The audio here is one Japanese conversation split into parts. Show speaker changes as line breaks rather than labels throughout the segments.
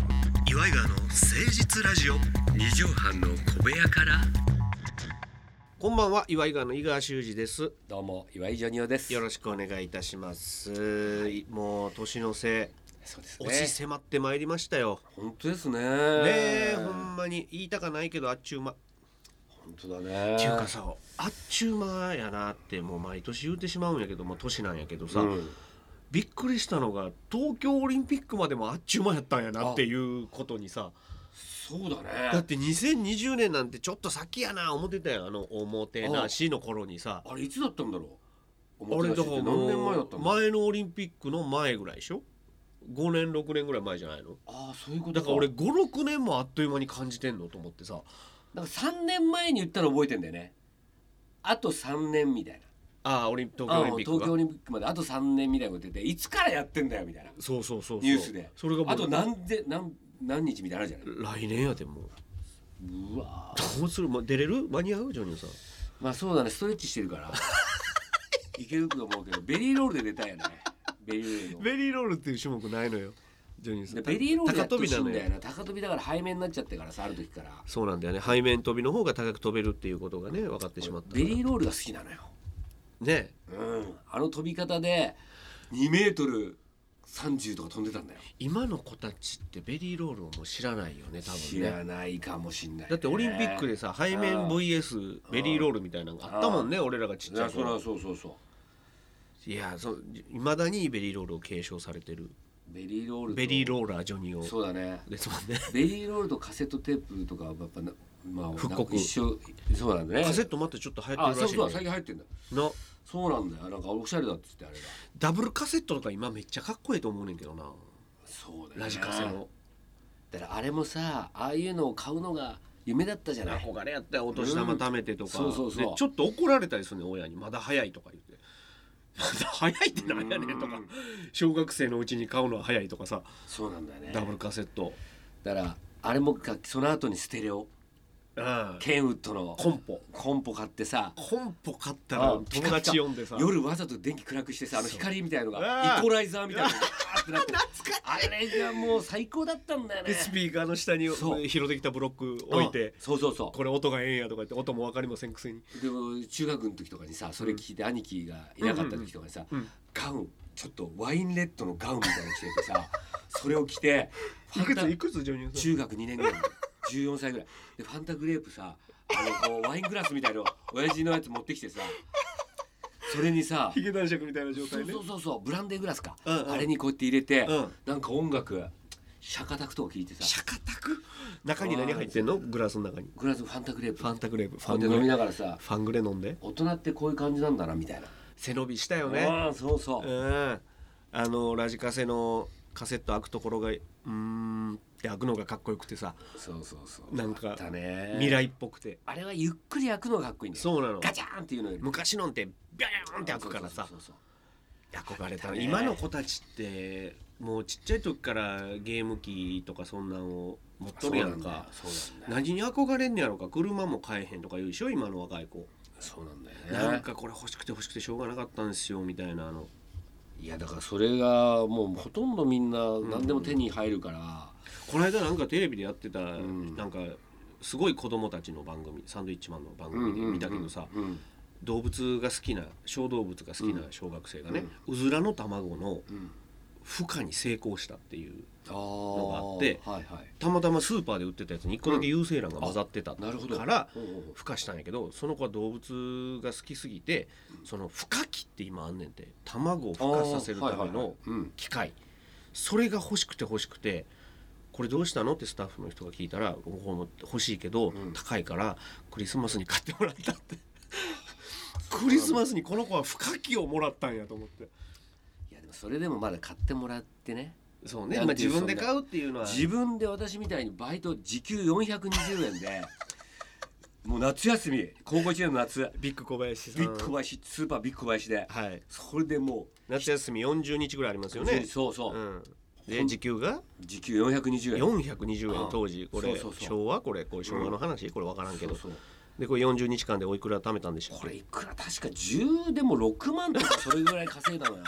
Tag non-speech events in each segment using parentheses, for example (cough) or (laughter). イガーの誠実ラジオ
二畳半の小部屋から
こんばんは岩井川の井川修司です
どうも岩井ジョニオです
よろしくお願いいたします、もう年の瀬
そうですね
押し迫ってまいりましたよ、
本当ですねね
ねえほんまに言いたかないけどあっちゅうまっ
本当だね
ていうかさあっちゅう間やなってもう毎年言うてしまうんやけどもう年なんやけどさ、
うん
びっくりしたのが東京オリンピックまでもあっちゅう間やったんやなっていうことにさ
そうだ
だっ
ね
て2020年なんてちょっと先やな思ってたやんあのおもてなしの頃にさ
あれいつだったんだろうお
あ
も
れ
てなし
だ
っ
か
て
ら
何
も
年前だった
うん
だ
前のオリンピックの前ぐらいでしょ5年6年ぐらい前じゃないの
ああそういうこと
だから俺56年もあっという間に感じてんのと思ってさ
なんか3年前に言ったの覚えてんだよねあと3年みたいな
ああオリン東京
あ
オ
あ
リンピック
東
が
京オリンピックまであと3年みたいなこと言ってていつからやってんだよみたいな
そうそうそうそう
ニュースで
それがもう
あと何で何何日みたいなのあるじゃない
来年やでもう
うわー
どうするもう出れる間に合うジョニーさん
まあそうだねストレッチしてるから
(laughs)
いけると思うけどベリーロールで出たいよねベリーロールの
ベリーロールっていう種目ないのよジョニーさ
で
ん
ベリーロールやっ
高跳
てほ
び
しい
なんの
だ
よ
よな高跳びだから背面になっちゃってからさある時から
そうなんだよね背面飛びの方が高く飛べるっていうことがね分かってしまったから
ベリーロールが好きなのよ
ね
うんあの飛び方で2メートル30とか飛んでたんだよ
今の子たちってベリーロールをもう知らないよね多分
知
ね
らないかもしんない、ね、
だってオリンピックでさ背面
うん
VS ベリーロールみたいなのがあったもんね俺らがちっ
い
ちゃ
や
い
そら
頃
そうそうそう
いやそういまだにベリーロールを継承されてる
ベリーロールと
ベリーローラージョニオ
そうだね
ですもんね
ベリーロールとカセットテープとかはやっぱなまあ
復刻
一緒そうなんだね
カセット待ってちょっと流行
あ
ってる
そう
らしい
そう
ね
最近入ってんだ
な
そうなんだよなんかおしゃれだっつってあれが
ダブルカセットとか今めっちゃかっこいいと思うねんけどな
そうだよね
ラジカセの
だからあれもさああいうのを買うのが夢だったじゃない
憧れやったよお年玉貯めてとか、
うんそうそうそう
でちょっと怒られたりするね親にまだ早いとか言ってまだ早いってなんやねんとか
うん
小学生のうちに買うのは早いとかさ
そうなんだよね
ダブルカセット、
だからあれもかその後にステレオ
うん、
ケンウッドの
コンポ
コンポ買ってさ
コンポ買ったら
うん
友達呼んでさ
夜わざと電気暗くしてさあの光みたいの
う
が
ん
イコライザーみたいなのがわーって
(laughs)
なってあれがもう最高だったんだよね
でスピーカーの下に
そう
拾ってきたブロック置いて
うんそうそうそう
これ音がええんやとか言って音も分かりませんくせに
でも中学の時とかにさそれ聞いて兄貴がいなかった時とかにさ、
うんうんうん
ガウンちょっとワインレッドのガウンみたいなの着てて
(laughs)
さそれを着てフ
い
ァ
く
ンタ
ついくつジョニーさん
中学2年ぐらいの14歳ぐらいでファンタグレープさあのこうワイングラスみたいの (laughs) 親父のやつ持ってきてさそれにさ
ヒゲ男爵みたいな状
そ
態
う
ね
そうそうそうブランデーグラスか、
うんうん
あれにこうやって入れて、
うん
なんか音楽シャカタクとか聞いてさ
釈迦卓中に何入ってんのグラスの中に
グラスファンタグレープ
ファンタグレープフ
こ
ァン
うや
グ
って飲み
レ
ながらさ
ファングレ飲んで
大人ってこういう感じなんだなみたいな。
背伸びしたよね
うんそうそう
う。んあのラジカセのカセット開くところがうーんって開くのがかっこよくてさ
そうそうそう。
なんか
あったね。
未。来っぽくて
あれはゆっくり開くのがかっこいいんだよ。
そうなの
ガチャーンっていうのより。
昔のんてビャーンって開くからさ
そうそうそう
憧れた
あ
な
ったね
今の子たちってもうちっちゃい時からゲーム機とかそんなんを持っと
そう。
るやんか
そうなんだよ。
何に憧れんねやろか車も買えへんとか言うでしょ今の若い子、
そうなんだよね。
なんかこれ欲しくて欲しくてしょうがなかったんですよみたいなあの
いやだからそれがもうほとんどみんな何でも手に入るから。
この間なんかテレビでやってた、
ん
なんかすごい子供たちの番組サンドイッチマンの番組で見たけどさ、
うん。
動物が好きな小動物が好きな小学生がね、うずらの卵の
うん。
孵化に成功したっていう
ああ。
のがあって
はいはい。
たまたまスーパーで売ってたやつに1個だけ有精卵が混ざってた
なるほど。
から
うんうんうん
孵化したんやけどその子は動物が好きすぎてその孵化器って今あんねんて卵を
あー
孵化させるため
はいはいはい
の
うん。
機械それが欲しくて欲しくてこれどうしたのってスタッフの人が聞いたら僕も欲しいけど
うん
高いからクリスマスに買ってもらったって (laughs) クリスマスにこの子は孵化器をもらったんやと思って
いやでもそれでもまだ買ってもらってね。
そうね
な
今
んてい
自
う
分で買うっていうのは
自分で私みたいにバイト時給420円で (laughs) もう夏休み高校1年の夏
ビッグ小林さん
ビッグ小林スーパービッグ小林で
はい
それでも
夏休み40日ぐらいありますよ
う
ね
そうそう、
うんで時給が
時給420円
420
あ
円
あ
当時これ
そうそうそう
昭和これこれ昭和の話これ分からんけ
そ
ど
うそう
でこれ40日間でおいくら貯めたんでしょう
これいくら確か10でも6万とかそれぐらい稼いだのよ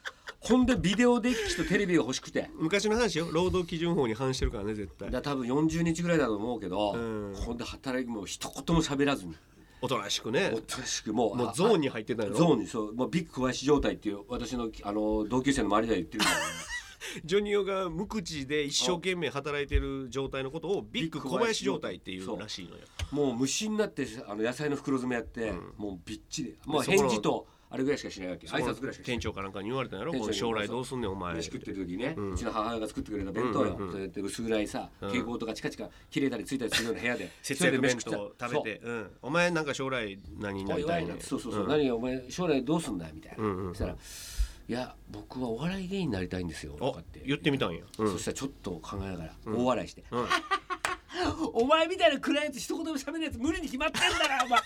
(laughs) ほんでビデオデッキとテレビが欲しくて
昔の話よ労働基準法に反してるからね絶対
だ多分40日ぐらいだと思うけど、
うん
ほんで働きも一言も喋らずに
おとなしくね
おとなしくもう
もう
あ
ゾーンに入ってた
あ
の
ゾーンにそう、まあ、ビッグ小林状態っていう私のあの同級生の周りでは言ってるから、
ジョニオが無口で一生懸命働いてる状態のことをビッグ小林状態っていうらしいのよ (laughs)
もう虫になってあの野菜の袋詰めやって、
うん
もうびっちりもう
そこの
返事とあれぐらいしかしないわけ挨拶ぐらいしかしない
店長かなんかに言われたんやろ
店
こ
長
の将
に言われ
来
た
どうすんねんお前
飯食ってる時ね、
う
うんちの母親が作ってくれた弁当
う
よ、
んうんうん
そうやって薄暗いさ
うん
蛍光灯がチカチカ切れたりついたりするような部屋で
(laughs) 節約弁
一人で飯
当
食ってた
食べて、うん、お前なんか将来何に
そ
な
うおい
り
お
た
い
い
な
ね
んてそうそうそう、
ん
何がお前将来どうすんだみたいな、
うんうん
そしたら「いや僕はお笑い芸人になりたいんですよ」と
お
かって
言ってみたんや、うん
そしたらちょっと考えながら大笑いして「
うん
(laughs) お前みたいな暗いやつ一言も喋るやつ無理に決まってんだからお前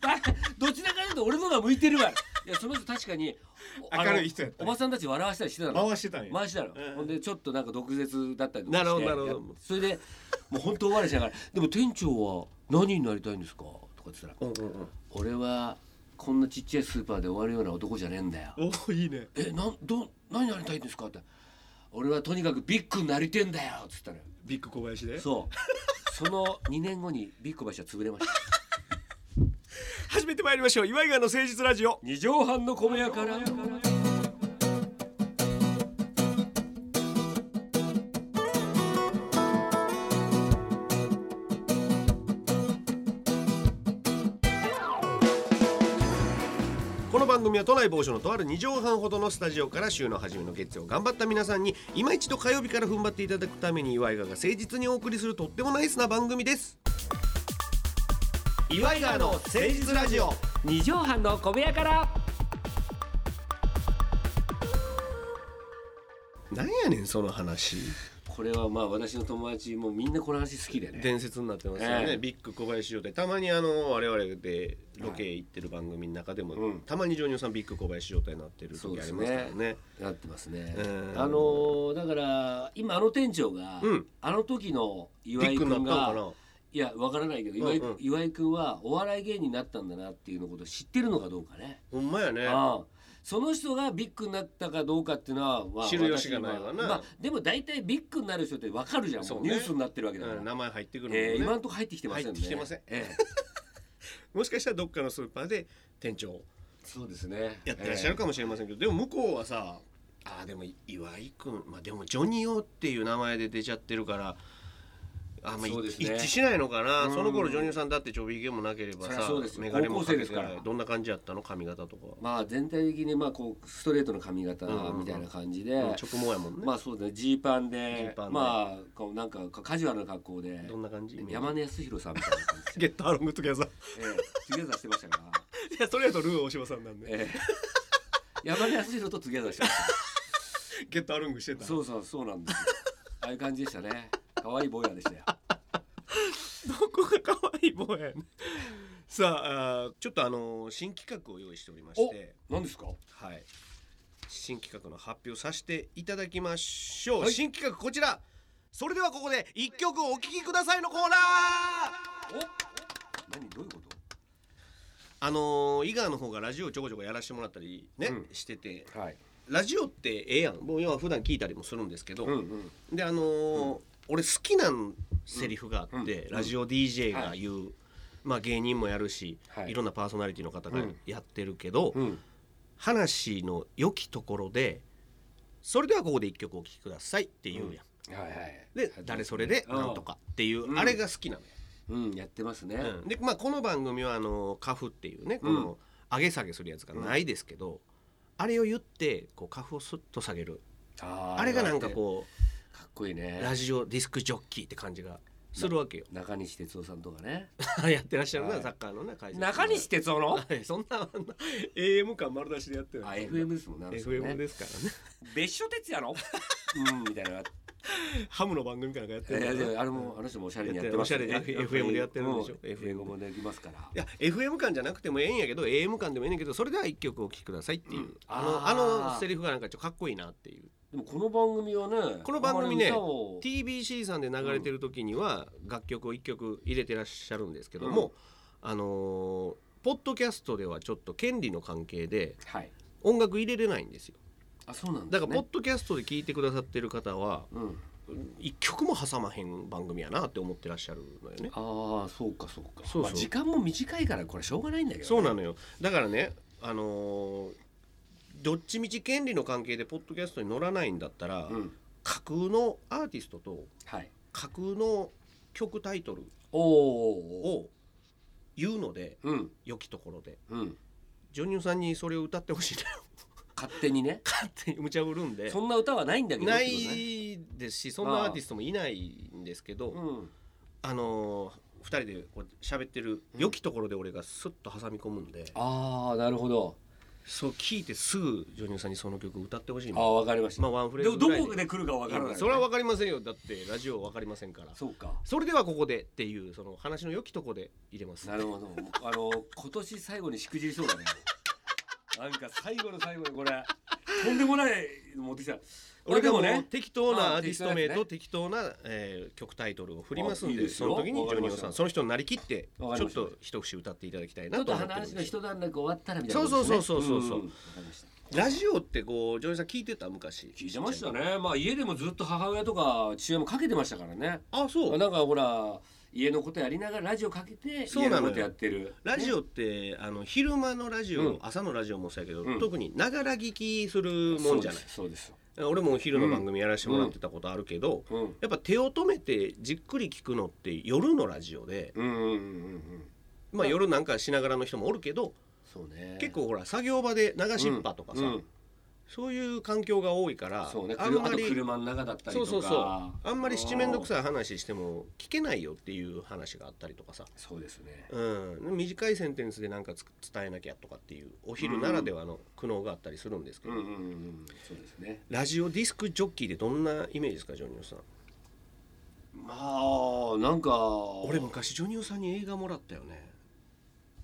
(laughs) バカどちらかというと俺の方が向いてるわ」いやその人確かにおあの
明るい人やった
おばさんたち笑わせたりしてたの
回してたんや
回しだろ、
うん
ほんでちょっとなんか毒舌だったりとかし
な
て
るほどなるほど
それでもう本当お笑いしながら「でも店長は何になりたいんですか?」とか言ってたら
うんうんうん
「俺はこんなちっちゃいスーパーで終わるような男じゃねえんだよ」
おーいいね
「えなんど何になりたいんですか?」って「俺はとにかくビッグになりてんだよ」っつったら
ビッグ小林で
そうその2年後にビッグバシは潰れました
始めてまいりましょう岩井川の誠実ラジオ
二畳半の小部屋から
この番組は都内某所のとある2畳半ほどのスタジオから週の初めの月曜頑張った皆さんに今一度火曜日から踏ん張っていただくために岩井川が誠実にお送りするとってもナイスな番組です岩井川の誠実ラジオ
二畳半の小部屋から
なんやねんその話
これはまあ私の友達もみんなこの話好きでね
伝説になってますよね、
ええ
ビッグ小林状態たまにあの我々でロケ行ってる番組の中でも、
うん
たまにジョニオさんビッグ小林状態になってる時ありますから
そうです
ね
なってますね
うん。
あのーだから今あの店長が、
うん
あの時の
ビ
岩
ッ
井
グ
君
になったのか
が
ない
やわからないけど
うんうん
岩井,、岩井君はお笑い芸人になったんだなっていうのことを知ってるのかどうかね。
ほんまやね
ああその人がビッグになったかどうかっていうのは、まあ、
知る由がないわな
私はまあ、でも大体ビッグになる人ってわかるじゃん、
そう
もう
ね
ニュースになってるわけだから、
うん名前入ってくるもんね、
えー今のところ入ってきてませんね
入ってきてません
ええ
(laughs) もしかしたらどっかのスーパーで店長
そうですね
やってらっしゃるかもしれませんけど、でも向こうはさあーでも岩井君、まあ、でもジョニオっていう名前で出ちゃってるからあんまあい
そうです
一
ね
致しないのかな、
うん
その頃ジョニオさんだってちょびひげもなければ
そり
さ
ゃそうですよ
メガネもかけ
高校生で
て
すから
どんな感じやったの髪型とかは、
まあ全体的にまあこうストレートの髪型みたいな感じで、
うん直毛やもんね、
まあそうだねジーパン
ジー
で
パンで
まあこうなんかカジュアルな格好で
どんな感じ
山根康弘さんみたいな感じ
ゲットアロングトゥギャザー
で、ええ、トゥ (laughs) ゲザーしてましたから、
いやそれやとルー大島さんなんで、
ええ、山根康弘とトゥゲザーしてました
ゲットアロングしてた
そうそうそうなん
(laughs)
ですよああいう感じでしたね可愛い坊やでしたよ
どこが可愛い坊やねんさああーちょっとあのー新企画を用意しておりまして
何ですか
はい新企画の発表させていただきましょう、
はい
新企画こちらそれではここで一曲お聴きくださいのコーナー
お何どういうこと
あのー、伊賀の方がラジオちょこちょこやらせてもらったりね、
うん
してて
はい
ラジオってええやんもう要は普段聞いたりもするんですけど、
うんうん
であのー俺好きなセリフがあって、
うん
ラジオ DJ が
はい
言う、まあ芸人もやるし、、
はいい
ろんなパーソナリティの方が
うん
やってるけど、
うん
話の良きところでそれではここで一曲お聴きくださいって言うやん、
はいはい
で誰それでなんとかっていう、
うん
あれが好きなのよ、
うんやってますね、
うんでまあこの番組はあのカフっていうねこ
う
の上げ下げするやつがないですけど、あれを言ってこうカフをスッと下げる
あ
あれがなんかこ
うかっこいいうね
ラジオディスクジョッキーって感じがするわけよ
中西哲夫さんとかね
やってらっしゃるな、
はい
サッカーのね解説
哲夫の
はいそんなあんな AM 感丸出しでやってる
あ FM ですもんねあの人ね
FM ですからね
別所哲也のう
(laughs)
んみたいな
ハムの番組かなんかやって
い
るから
やでもあれもあの人もおしゃれにやってます
やってるおしゃれで FM でやってるんでしょ
うん
FM
英語もできますから
いや FM 感じゃなくてもええんやけど AM 感でもええねんけどそれでは一曲お聴きくださいっていう、
うん
あ
あ
の
ー
あのセリフがなんかちょっとかっこいいなっていう
でもこの番組はね
この番組ね
あんまり歌を
TBC さんで流れてる時には楽曲を一曲入れてらっしゃるんですけども、あのーポッドキャストではちょっと権利の関係で
はい
音楽入れれないんですよ
ああそうなん
だ
だ、
か
ね、
らポッドキャストで聞いてくださってる方は
うん、
一曲も挟まへん番組やなって思ってらっしゃるのよね
ああそうかそうか
そうそう
まあ、時間も短いからこれしょうがないんだけど、ね、
そうなのよだからねあのーどっちみち権利の関係でポッドキャストに乗らないんだったら、
うん
架空のアーティストと
はい
架空の曲タイトル
おーおーおー
を言うので
うん
良きところで
うん
ジョニオさんにそれを歌ってほしいな
勝手にね
勝手に無茶ぶるんで
そんな歌はないんだけど
な
ってことね
いですしそんなアーティストもいないんですけど
うん
あのー二人でこう喋ってる良きところで俺がスッと挟み込むんで、
ああなるほど
そう聞いてすぐジョニオさんにその曲歌ってほしい
あ
な
あわかりました、
まあワンフレー
ど
ズぐらい
どこで来るかわからない、
それはわかりませんよだってラジオわかりませんから
そうか
それではここでっていうその話の良きとこで入れます
なるほどあの今年最後にしくじりそうだねなんか最後の最後にこれとんでもないの持ってきた
俺
で
がも
も
う
ね
適当
あ
な
あ
アーティスト名と
適
適当な、えー曲タイトルを振りますんで
あいいです
そ
よ
の時に
わ
ジョ
かり
ニ
ま
オ
した
さんその人になりきってち
わかり
ょ
ま
っ
した
と一節歌っていただきたい
ちょ
な
っ
と
と
思ってるん
話の
です
一段落終わったらみたいなことですね、
そうそうそうそうそうん
わかりました
ラジオってこうジョニオさん聞いてた昔
聞いてましたねまあ家でもずっと母親とか父親もかけてましたからね
あそう
なんかほら家のことやりながらラジオかけて
そう
家
なのよ
のことやってる
ラジ
オ
オってあの昼間のラジオ、
うん
朝のラジオもそうやけど、
うん
特にながら聞きするもんじゃない
そうです
俺もお昼の番組やらせてもらってたことあるけど、
そうです
やっぱ手を止めてじっくり聞くのって夜のラジオで、
うんうんうんうんうん
まあ、夜なんかしながらの人もおるけど
そうね
結構ほら作業場で流しっぱとかさ、
うんうん
そういう環境が多いから
そうね
あ
あ
ん
ん
ま
まり
り
車の中だったり
そ
と
う
か
そうそうあんまり七面倒く
い
さい話しても聞けないよっていう話があったりとかさ、
そうですね
うん、短いセンテンスでなんかつ伝えなきゃとかっていうお昼ならではの苦悩があったりするんですけ
うん
ど、
うんうんうんそうですね
ラジオディスクジョッキーでどんなイメージですかジョニオさん
まあなんか
俺昔ジョニオさんに映画もらったよね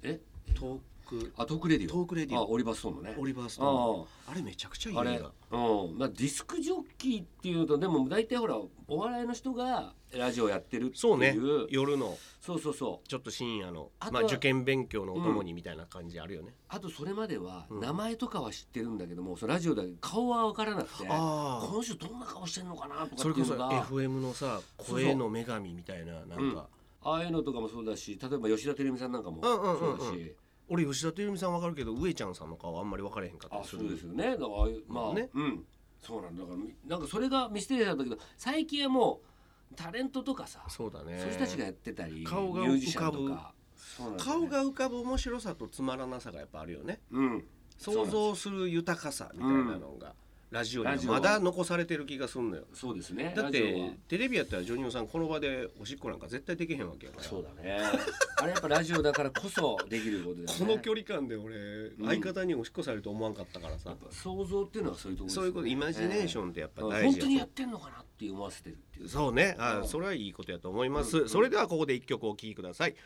え
トーク
あトークレディオ
トークレディ
あ
オ
オリバーストーンのね
オリバーストーンあれめちゃくちゃいい
あ
映
れ
画
うんまあディスクジョッキーっていうのとでも大体ほらお笑いの人がラジオやってるっていう
そうね夜の
そうそうそう
ちょっと深夜の
あと
ま
は
あ受験勉強のお供にみたいな感じあるよね、
あとそれまでは
うん
名前とかは知ってるんだけども、そのラジオだけ顔は分からなくてこ
ああ
の人どんな顔してんのかなと
そ
か
れ
って
こ
いう
そ
のが
FM のさ
そう
声の女神みたいななんか、
ああいうのとかもそうだし例えば吉田照美さんなんかも
うんうんうんう
そ
ん
うだし、
俺吉田照美さんわかるけど上ちゃんさんの顔あんまり分からへんかった
あ
りす
そ
る
うですよねだからああいうまあ、
ね
うんそうなんだだからみなんかそれがミステリアスなんだけど最近はもうタレントとかさ、
そうだね
そういう人たちがやってたり
顔が
ミュージシャンとかそうなんだよ
顔
ね
が浮かぶ面白さとつまらなさがやっぱあるよね
うん
想像する豊かさみたいなのが、ラジオにはまだ残されてる気がすんのよ
そうですね
だっ
ラジオは
てテレビやったらジョニオさんこの場でおしっこなんか絶対できへんわけやから
そうだね (laughs) あれやっぱラジオだからこそできることだよね
この距離感で俺、相方におしっこされると思わんかったからさ
やっぱ想像っていうのはそういうところです
そ
よ
うい
ね
うことイマジネーションってやっぱ
うん
大
本
事
当にや
や
ってんのかなって思わせてるっていう
そうねあ、
うん
それはいいことやと思います、
うんうん
それではここで一曲お聴きください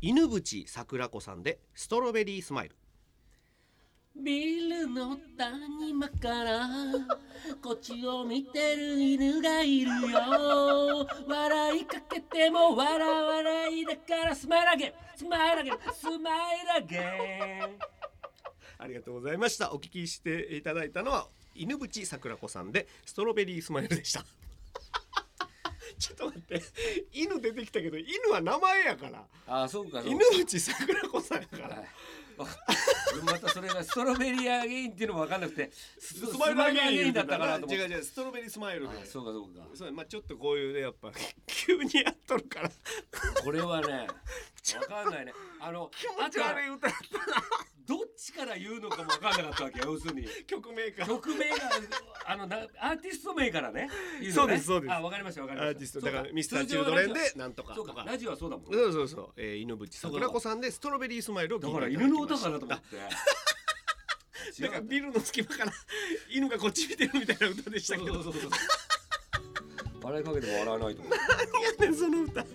犬淵桜子さんでストロベリースマイル
ビルの谷間からこっちを見てる犬がいるよ笑いかけても笑わないだからスマイルアゲンスマイルアゲンスマイルアゲン
ありがとうございましたお聴きしていただいたのは犬淵桜子さんでストロベリースマイルでした (laughs) ちょっと待って犬出てきたけど犬は名前やから
ああそうか
犬淵桜子さんやから
またそれがストロベリーアゲインっていうのも分かんなくてス
(laughs) スマイルアゲインだ
だっ
ったたか
か
らら
と思っ
違う
て
違うストロベリースマイルで
あそうかそうか
そうまあちょっとこういうねやっぱ (laughs) 急にやっとるから (laughs)
これはね分かんないねあのあとは
歌った
どっちから言うのかも分かんなかったわけよ要するに
曲名か
曲名があのなアーティスト名からね言
そ
のね
うですそうです
あ分かりました分かり
ア
ま
ー
した
ティストだからミスターチルドレンでなんとか
そ
と
うか
か
ラジオはそうだもん
そうそうそう、えー、犬淵桜子さんでストロベリースマイルを聞いて
だ
い
から
た
犬
だきま
の歌
した
かなと思って
だからビルの隙間から犬がこっち見てるみたいな歌で (laughs) したけど
そうそうそうそう笑いかけても笑わないと思う
何やね (laughs) んその歌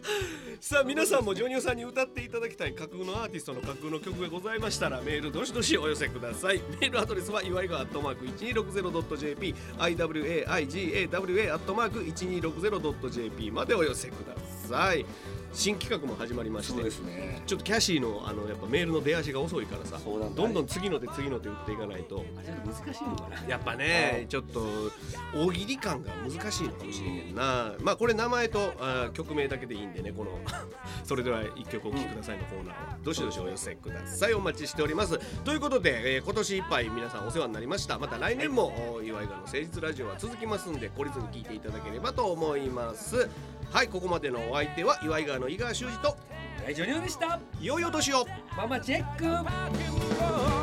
さあ皆さんもジョニオさんに歌っていただきたい架空のアーティストの架空の曲がございましたらメールどしどしお寄せくださいメールアドレスは祝いがアットマーク 1260.jp iwaigawa アットマーク 1260.jp までお寄せください新企画も始まりまして
すね
ちょっとキャシーのあのやっぱメールの出足が遅いからさ
そうなんだ
どんどん次の手次の手打っていかないと
あれ難しいのかな
やっぱねちょっと大喜利感が難しいのかもしれんけどなまあこれ名前とあー曲名だけでいいんでねこの (laughs) それでは一曲お聴きくださいのコーナーをどしどしお寄せくださいお待ちしておりますということで、えー今年いっぱい皆さんお世話になりましたまた来年もお岩井川の誠実ラジオは続きますんで懲りずに聞いていただければと思いますはいここまでのお相手は岩井川の井川修司と
大丈夫でした
いよいよ年を
ママチェック
I can go.